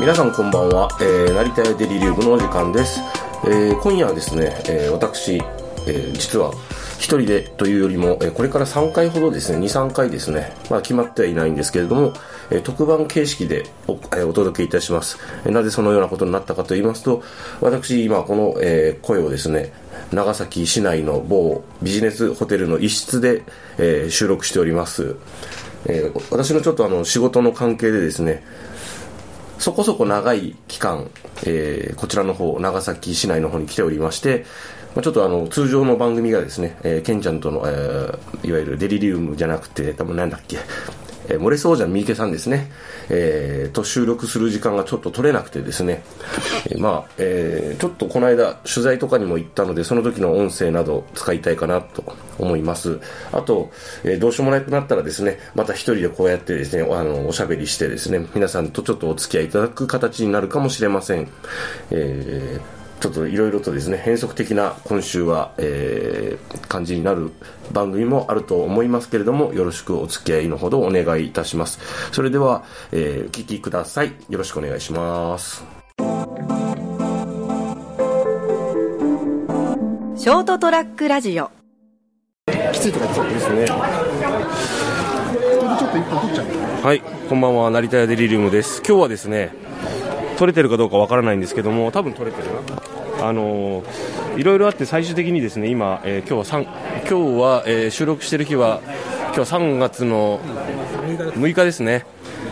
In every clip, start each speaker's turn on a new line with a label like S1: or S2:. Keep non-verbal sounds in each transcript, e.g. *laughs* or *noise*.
S1: 皆さんこんばんは、えー、成田屋デリリウムのお時間です、えー今夜はですね、えー私、えー実は一人でというよりも、えーこれから3回ほどですね23回ですね、まあ、決まってはいないんですけれども、えー特番形式でお,、えーお届けいたします、えーなぜそのようなことになったかと言いますと私今この、えー声をですね長崎市内の某ビジネスホテルの一室で、えー収録しております、えー私のちょっとあの仕事の関係でですねそこそこ長い期間、えーこちらの方、長崎市内の方に来ておりまして、まあ、ちょっとあの、通常の番組がですね、えーケンちゃんとの、えーいわゆるデリリウムじゃなくて、多分なんだっけ、えー漏れそうじゃん三池さんですね、えーと収録する時間がちょっと取れなくてですね、えーまあ、えーちょっとこの間取材とかにも行ったので、その時の音声など使いたいかなと思います。あと、えーどうしようもなくなったらですね、また一人でこうやってですね、あの、おしゃべりしてですね、皆さんとちょっとお付き合いいただく形になるかもしれません。えーちょっといろいろとですね、変則的な今週は、えー感じになる番組もあると思いますけれども、よろしくお付き合いのほどお願いいたします。それでは、えーお聞きください。よろしくお願いします。
S2: ショートトラックラジオ
S1: きついとかですね。
S3: ちょっと一本取っちゃう
S1: はい、こんばんは、成田屋デリリウムです。今日はですね、取れてるかどうかわからないんですけども、多分取れてるな。あのーいろいろあって最終的にですね、今、えー今日は3、今日は、えー収録してる日は、今日3月の6日ですね。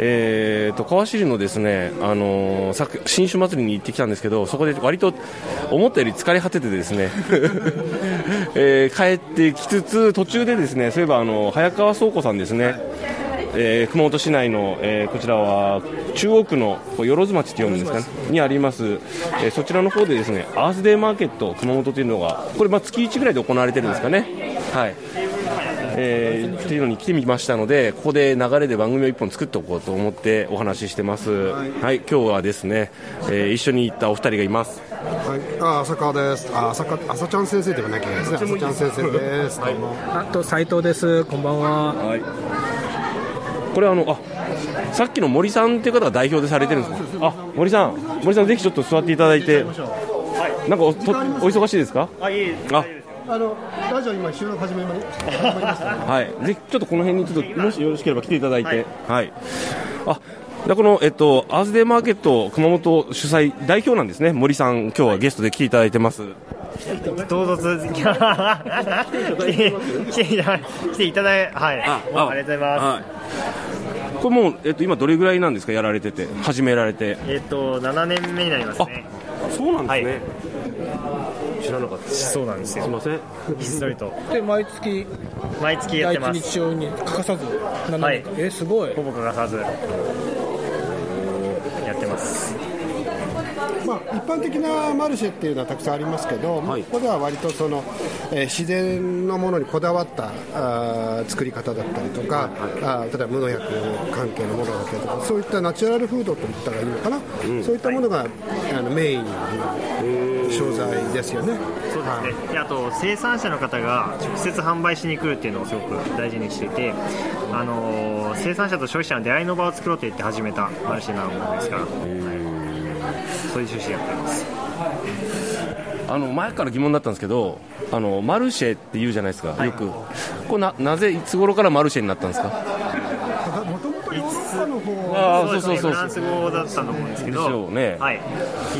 S1: えー、と川尻のですね、あのーさく新酒祭りに行ってきたんですけど、そこで割と思ったより疲れ果ててですね、 *laughs* えー帰ってきつつ、途中でですねそういえばあの早川倉庫さんですね、えー熊本市内の、えーこちらは中央区のこう万町って呼ぶんですかね、にあります、えーそちらの方でですねアースデーマーケット熊本というのが、これ、まあ、月1ぐらいで行われてるんですかね。はいえーっていうのに来てみましたので、ここで流れで番組を1本作っておこうと思ってお話ししてます、はい、今日はですね、えー一緒に行ったお二人がいます。
S3: はい、あ浅川です。あ浅川浅ちゃん先生ではなきゃいけないですね。浅ちゃん先生です。どうも
S4: あと斉藤です。こんばんは。
S1: はい、これあのあさっきの森さんっていう方が代表でされてるんですかあ森さん森さんぜひちょっと座っていただいてなんかおとお忙しいですかあいいあ
S3: あのラジオ今収録始めました。
S1: はいぜひちょっとこの辺にちょっともしよろしければ来ていただいてはい、あじゃあこの、えっと、アースデーマーケット熊本主催代表なんですね森さん今日はゲストで来ていただいてます
S5: 唐突来ていた来ていただいはいありがとうございます
S1: はいこれもう、えっと、今どれぐらいなんですかやられてて始められて
S5: えっ、と7年目になりますね
S1: そうなん
S5: ですね
S1: 知らなかったす
S5: そうなんです
S1: い
S5: よ
S1: ません
S5: ひっそりと
S4: で毎月
S5: 毎月やっ
S4: 第
S5: て
S4: 一
S5: ます
S4: 日曜に欠かさず7年間、
S5: はい
S4: えすごい。
S5: ほぼ欠かさずやってます
S3: まあ一般的なマルシェっていうのはたくさんありますけど、
S1: はい
S3: ここでは割とその、えー自然のものにこだわったあー作り方だったりとか、あー例えば無農薬関係のものだったりとか、そういったナチュラルフードといったらいいのかな。そういったものが、あのメインの商材ですよね。
S5: そうですね、であと生産者の方が直接販売しに来るっていうのをすごく大事にしていて、あのー生産者と消費者の出会いの場を作ろうと言って始めたマルシェなものですから、はいそういう趣旨でやってます
S1: あの前から疑問だったんですけどあのマルシェって言うじゃないですか、よくこれななぜいつ頃からマルシェになったんですか
S3: もともとヨーロッパの方
S1: あー
S5: そうです
S1: そ
S5: ね
S1: うそうそう
S5: フランス語だったと思うんですけ
S1: でしょ
S5: ど
S1: うね
S5: はい、い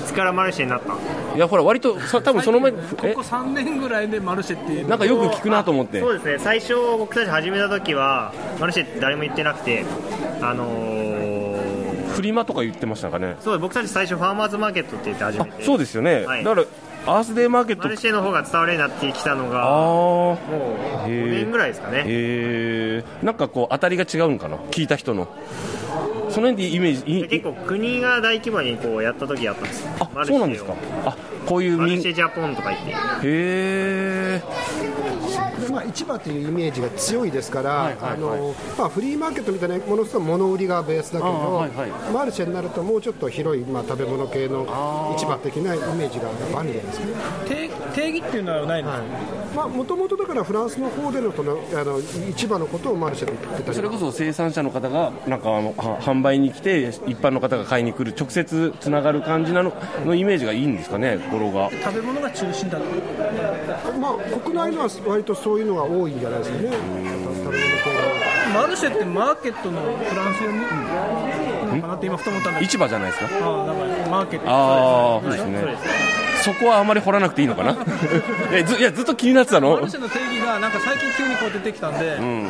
S5: つからマルシェになった
S1: いやほら割とさ多分その前え
S4: 3年ぐらいでマルシェって
S1: なんかよく聞くなと思って
S5: そうですね最初僕たち始めた時はマルシェって誰も言ってなくてあのー
S1: フリマとか言ってましたかね
S5: そう僕たち最初ファーマーズマーケットって言って始め
S1: あ
S5: て
S1: そうですよね、
S5: はい
S1: だからアースデーマーケッ
S5: マ
S1: ト
S5: ルシェの方が伝わるようになってきたのが
S1: ああ
S5: も
S1: へ
S5: う
S1: ー
S5: 5年ぐらいですかね
S1: へえなんかこう当たりが違うんかな聞いた人のその辺でイメージい
S5: 結構国が大規模にこうやった時やったんですよ
S1: あ
S5: マルシ
S1: そ
S5: ェ
S1: う
S5: を
S1: なんですかあこういう
S5: マ
S1: み
S5: ル
S1: ん
S5: シ
S1: へ
S5: ェジャポンとか言って
S1: え
S3: まあ、市場というイメージが強いですから、あのまあフリーマーケットみたいなものすごい物売りがベースだけど、
S1: はいはい
S3: マルシェになるともうちょっと広い、まあ、食べ物系の市場的なイメージがあるんじゃないですかね。
S4: 定定義っていうのはないの、
S3: まあ、もともとだからフランスの方でのそのあの市場のことをマルシェと言ってたり
S1: それこそ生産者の方がなんかあのは販売に来て一般の方が買いに来る直接つながる感じなののイメージがいいんですかね語呂が
S4: 食べ物が中心だと
S3: まあ、国内のは割とそういうのが多いんじゃないですかね、食べ物系が
S4: マルシェってマーケットのフランスよりなのかなって今ふと思ったんだけど
S1: 市場じゃないですか
S4: ああだからマーケット
S1: ああそうで
S4: そうですすね
S1: ね
S5: そうです
S1: そこはあまり掘らなくていいのかな *laughs* えずいやずっと気になってた
S4: マ
S1: の
S4: ルシェの定義がなんか最近急にこう出てきたんで、
S1: うんへ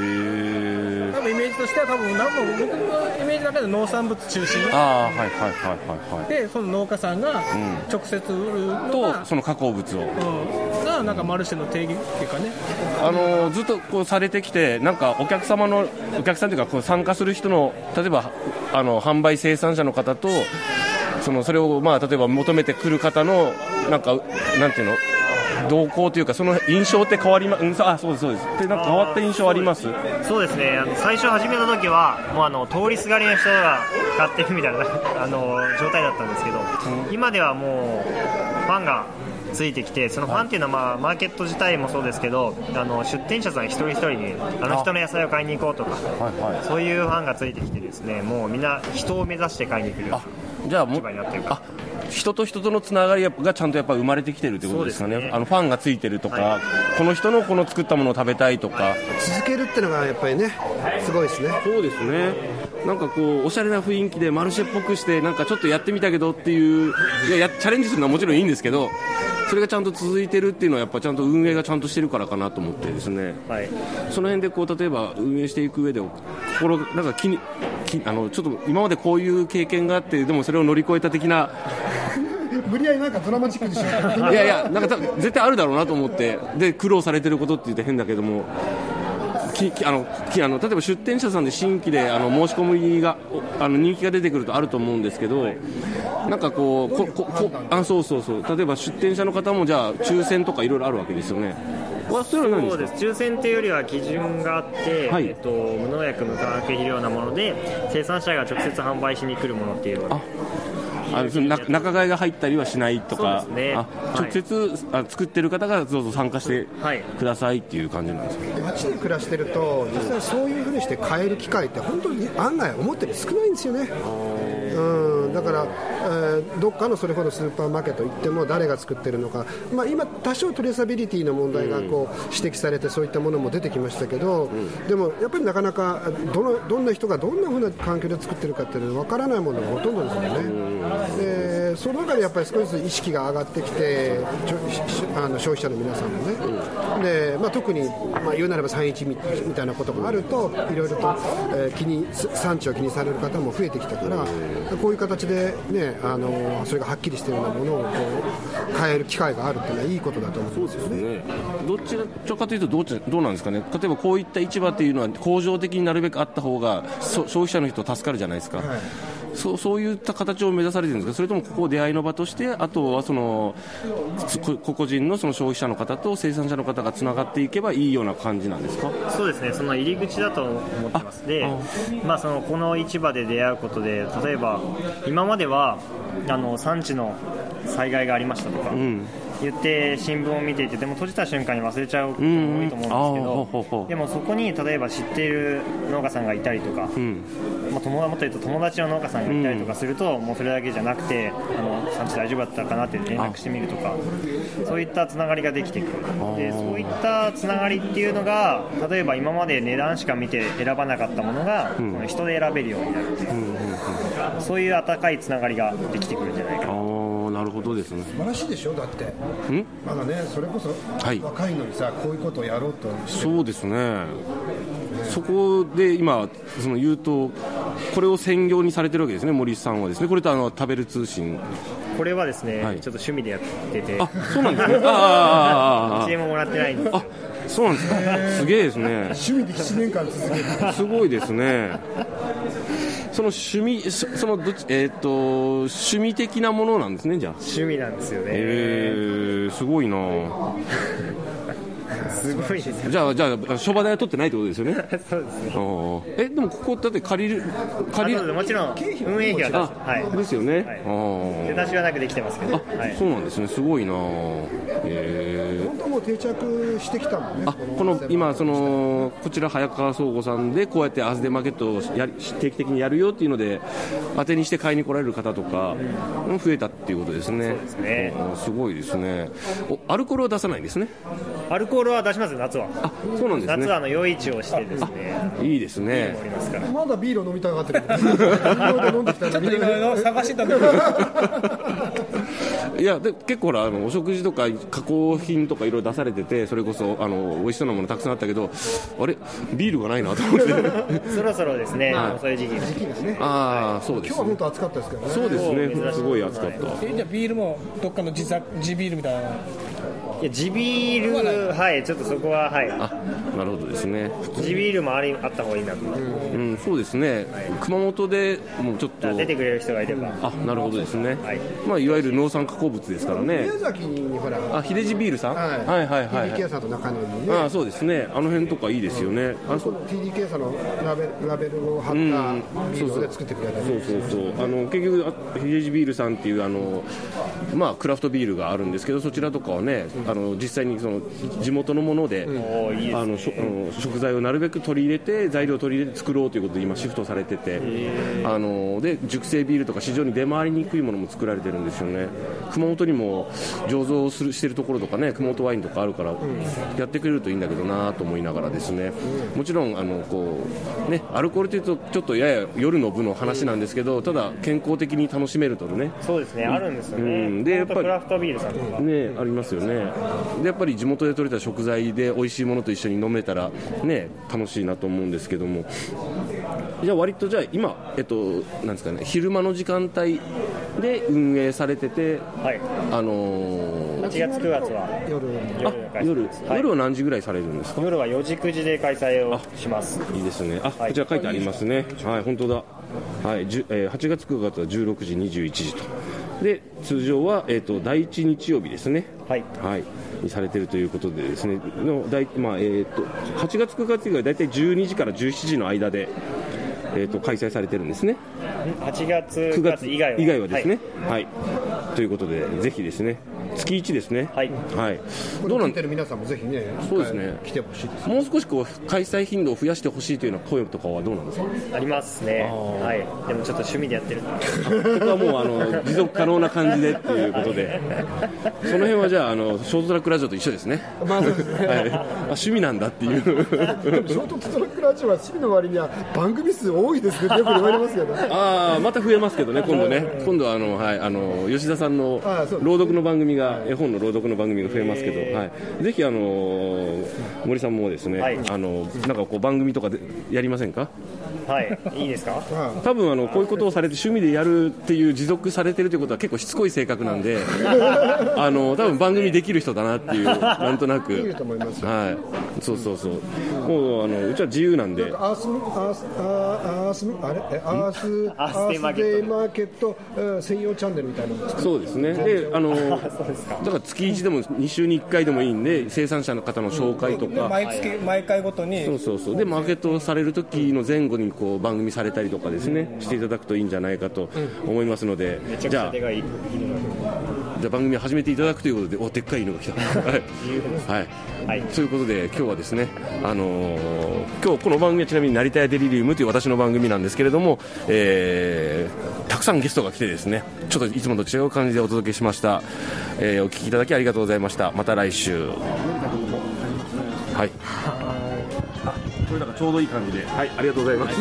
S1: え
S4: 多分イメージとしては多分なんか僕のイメージだけで農産物中心
S1: ああはいはいはいはいはい
S4: でその農家さんが
S1: ん
S4: 直接売るのが、
S1: とその加工物を
S4: うん、がなんかマルシェの定義っていうかね
S1: あのーずっとこうされてきて、なんかお客様の、お客さんというか、こう参加する人の、例えばあの販売生産者の方と、そのそれを、まあ、例えば求めてくる方の、なんか、なんていうの、動向というか、その印象って変わりま、うん、あそうです、そうです、でなんか変わった印象あります
S5: そうですねあの最初始めた時はもうあの通りすがりの人が買ってるみたいな *laughs* あの状態だったんですけど、今ではもうファンがついてきてそのファンっていうのは、まあ、マーケット自体もそうですけどあの出店者さん一人一人にあの人の野菜を買いに行こうとか
S1: はいはい
S5: そういうファンがついてきてですねもうみんな人を目指して買いに来るような
S1: じゃあも
S5: 市
S1: う
S5: 場になってるから
S1: あ人と人とのつながりがちゃんとやっぱ生まれてきてるということですかね
S5: そうですね
S1: あのファンがついてるとか、
S5: は
S1: この人のこの作ったものを食べたいとか、
S3: 続けるってのがやっぱりね、すごいですね。
S1: そうですねなんかこうおしゃれな雰囲気でマルシェっぽくしてなんかちょっとやってみたけどっていういややチャレンジするのはもちろんいいんですけどそれがちゃんと続いてるっていうのはやっぱちゃんと運営がちゃんとしてるからかなと思ってですね
S5: はい
S1: その辺でこう例えば運営していく上で心がなんか気に気あのちょっと今までこういう経験があってでもそれを乗り越えた的な
S3: 無理やりなんかドラマチックにしよう
S1: いやいやなんか多分絶対あるだろうなと思ってで苦労されてることって言って変だけどもききあのきあの例えば出店者さんで新規であの申し込みがおあの人気が出てくるとあると思うんですけど、なんかこうこここあそうそうそう例えば出店者の方もじゃあ抽選とかいろいろあるわけですよね。わそれは何
S5: そう
S1: で
S5: ですす抽選というよりは基準があって、
S1: はい
S5: えっと、無農薬無化学肥料なもので生産者が直接販売しに来るものっていうので
S1: あかあのそのな仲買が入ったりはしないとか、
S5: そうですね
S1: あ
S5: はい
S1: 直接、あ作ってる方がどうぞ参加して
S5: はい
S1: くださいっていう感じなんですか
S3: 街で暮らしてると実際そういうふうにして買える機会って本当に案外思ったより少ないんですよねうんだから、えーどっかのそれほどスーパーマーケット行っても誰が作ってるのか、まあ、今、多少トレーサビリティの問題がこう指摘されてそういったものも出てきましたけど、でもやっぱりなかなかどのどんな人がどんなふうな環境で作ってるかっていうのは分からないものがほとんどですよね。でその中でやっぱり少しずつ意識が上がってきてちょししあの消費者の皆さんもね、でまあ、特に、まあ、言うなれば311みみたいなことがあるといろいろと、えー気にす産地を気にされる方も増えてきたからこういう形で、ね、あのそれがはっきりしてるようなものをこう買える機会があるっていうのはいいことだと思うんですよね。
S1: ね、どっちらかというとどっちどうなんですかね、例えばこういった市場というのは、向上的になるべくあった方が、そ消費者の人、助かるじゃないですか、
S3: はい
S1: そうそういった形を目指されてるんですか、それともここを出会いの場として、あとはそのつこ個々人のその消費者の方と生産者の方がつながっていけばいいような感じなんですか、
S5: そうですね、その入り口だと思ってます。で、まあそのこの市場で出会うことで、例えば今まではあの産地の災害がありましたとか。
S1: ん
S5: 言って新聞を見ていてでも閉じた瞬間に忘れちゃうことも多いと思
S1: うんうんあーほう
S5: うんですけど、
S1: ほうほう
S5: でもそこに例えば知っている農家さんがいたりとか、
S1: うん、
S5: まあ、友達もっと言うと友達の農家さんがいたりとかすると、もうそれだけじゃなくてあの産地大丈夫だったかなって連絡してみるとかそういったつながりができてくるでそういったつながりっていうのが例えば今まで値段しか見て選ばなかったものが、この人で選べるようになるっていう、そういう温かいつながりができてくるんじゃないか
S1: あ
S5: な
S1: ーなるほどですね、
S3: 素晴らしいでしょだって
S1: ん
S3: まだねそれこそ
S1: はい
S3: 若いのにさこういうことをやろうと
S1: そうですね、そこで今、その言うと、これを専業にされてるわけですね、森さんはですね、これとあの食べる通信。
S5: これはですね、
S1: はい
S5: ちょっと趣味でやってて
S1: あ、そうなん
S5: *laughs*
S1: ですね。ああああああ
S5: 1円ももらってないんですけど
S1: あそうなんですか。すげえですね。
S3: 趣味で7年間続ける
S1: すごいですね。その趣味、そそのどっち、えーっ、と、趣味的なものなんですね、じゃあ。
S5: 趣味なんですよね、
S1: えー、すごいな
S5: すごいですね
S1: じゃあ、じゃあ、諸場代は取ってないってことですよね。
S5: そうですね
S1: おーえ、でもここ、だって借りる、
S5: あ
S1: 借り
S5: そうで
S1: る、
S5: すもちろん運営費は出すは
S1: あ、
S5: い
S1: ですよね。
S5: い
S1: あー
S5: 出だしはなくできてますけど、は
S1: あ、
S5: い
S1: そうなんですね。すごいなぁえー
S3: 本当もう定着してきたもんね
S1: あこの今そのこちら早川倉庫さんでこうやってアズデマーケットをやり定期的にやるよっていうので当てにして買いに来られる方とかも増えたっていうことですね
S5: すね
S1: おすごいですねおアルコールは出さないんですね
S5: アルコールは出しますよ夏は
S1: あそうなんです
S5: 夏はあ
S1: ね
S5: の夜市をしてですね
S1: いいですね
S5: おりますから
S3: まだビールを飲みたがってるビールを飲んできたらみんな
S4: 探してたんだけど、
S1: いやで結構ほらあのお食事とか加工品とかいろいろ出されててそれこそあの美味しそうなものたくさんあったけどあれビールがないなと思って
S5: そろそろですね、
S1: はい
S5: そういう時期に
S1: ああそうで
S3: 今
S1: す
S3: 日は
S1: ね
S3: 本当暑かったですけどね
S1: そうです
S5: 珍し
S1: ね
S5: い
S1: すごい暑かった
S4: えじゃあビールもどっかの自作自ビールみたいな、
S5: いや地ビールはいちょっとそこははい
S1: あなるほどですね
S5: 地ビールもありあった方がいいなと、
S1: うん、そうですね、熊本でもうちょっと、
S5: 出てくれる人がいれば、
S1: あなるほどですね、
S5: はいい
S1: まあ、いわゆる農産加工物ですからね、
S3: 宮崎にほら
S1: あ秀治ビールさん、
S3: はい
S1: はいはいはい
S3: TDK さんと中野にね
S1: あそうですね、あの辺とかいいですよね、あそ
S3: TDK さんのラベルラベルを貼ったビールをね作ってくれたり
S1: そうそうそうあの結局あ秀治ビールさんっていうあの、まあ、クラフトビールがあるんですけどそちらとかはね、あの実際にその地元のもので,、あのしょあの食材をなるべく取り入れて材料を取り入れて作ろうということで今シフトされててあので熟成ビールとか市場に出回りにくいものも作られてるんですよね熊本にも醸造するしてるところとかね熊本ワインとかあるからやってくれるといいんだけどなと思いながらですねもちろんあのこう、ね、アルコールというとちょっとやや夜の部の話なんですけどただ健康的に楽しめるとね
S5: そうですねあるんですよね、
S1: うんで
S5: で
S1: や
S5: や
S1: っ
S5: っ
S1: ぱ
S5: ぱ
S1: り
S5: クラフトビールさんとか、
S1: ねありますよねでやっぱり地元で採れた食材で美味しいものと一緒に飲めたらね楽しいなと思うんですけどもじゃあ割とじゃあ今えっとなんですかね昼間の時間帯で運営されてて
S5: はい、
S1: あのー
S5: 8月9月は
S3: 夜
S1: あ
S5: 夜が開催
S1: 夜
S5: はい
S1: 夜は何時ぐらいされるんですか
S5: 夜は4時9時で開催をします
S1: いいですね。あ、
S5: はい
S1: こちら書いてありますね。はい、本当だ。はい、じゅえー8月9月は16時21時と。で、通常はえっ、と第一日曜日ですね。
S5: はい
S1: はい。にされてるということでですね。の大まあえっ、と8月9月以外だいたい12時から17時の間で。えー、と開催されてるんですね、
S5: 8月
S1: 9月
S5: 9月以外は
S1: ですね、はいということで、ぜひですね、月1ですね、
S5: はい
S1: はい、ど
S3: ど
S1: うな
S3: うなんんてる皆さんもぜひね
S1: そうですね
S3: 来てほしいです
S1: もう少しこう開催頻度を増やしてほしいというような声とかはどうなんですか *laughs*
S5: はいありますねはいでもちょっと趣味でやってる
S1: そこはもうあの持続可能な感じでっていうことで、その辺はじゃああの、ショートトラックラジオと一緒ですね、
S3: まあそうですね
S1: *laughs* はい、あ趣味なんだっていう、
S3: でもショートトラックラジオは趣味の割には番組数多いです
S1: *laughs*
S3: ねってよく言われますけど
S1: ああ、また増えますけどね、今度ね、今度はあの、はい、あの吉田さんの
S3: あーそうです
S1: 朗読の番組が、絵本の朗読の番組が増えますけど、はい、ぜひあの森さんもですね、
S5: はい
S1: あのなんかこう、番組とかでやりませんか
S5: はいいいですか
S1: 多分あのこういうことをされて趣味でやるっていう持続されてるということは結構しつこい性格なんであの多分番組できる人だなっていうなんとなく
S3: いいと思いますよ
S1: はいそうそうそうもうあのうちは自由なんで
S3: アースアースアースあれえアース
S5: アースデイマーケット
S3: アデイマーケットえー専用チャンネルみたいなのを作る
S1: そうですねであのだから月1でも2週に1回でもいいんで生産者の方の紹介とか
S4: 毎月、毎回ごとに
S1: そうそうそうでマーケットされる時の前後にこう番組されたりとかですねしていただくといいんじゃないかと思いますので
S5: めちゃく
S1: じ
S5: ち
S1: ゃ
S5: ゃ
S1: あ
S5: でかい
S1: じゃあ番組始めていただくということでおでっかい犬が来たはい、は
S5: はいい、
S1: ということで今日はですね、あのー今日この番組はちなみに「成田屋デリリウム」という私の番組なんですけれども、えーたくさんゲストが来てですねちょっといつもと違う感じでお届けしました、えーお聞きいただきありがとうございましたまた来週はいこれなんかちょうどいい感じではいありがとうございます、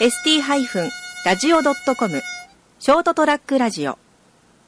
S2: ST-radio.com ショートトラックラジオ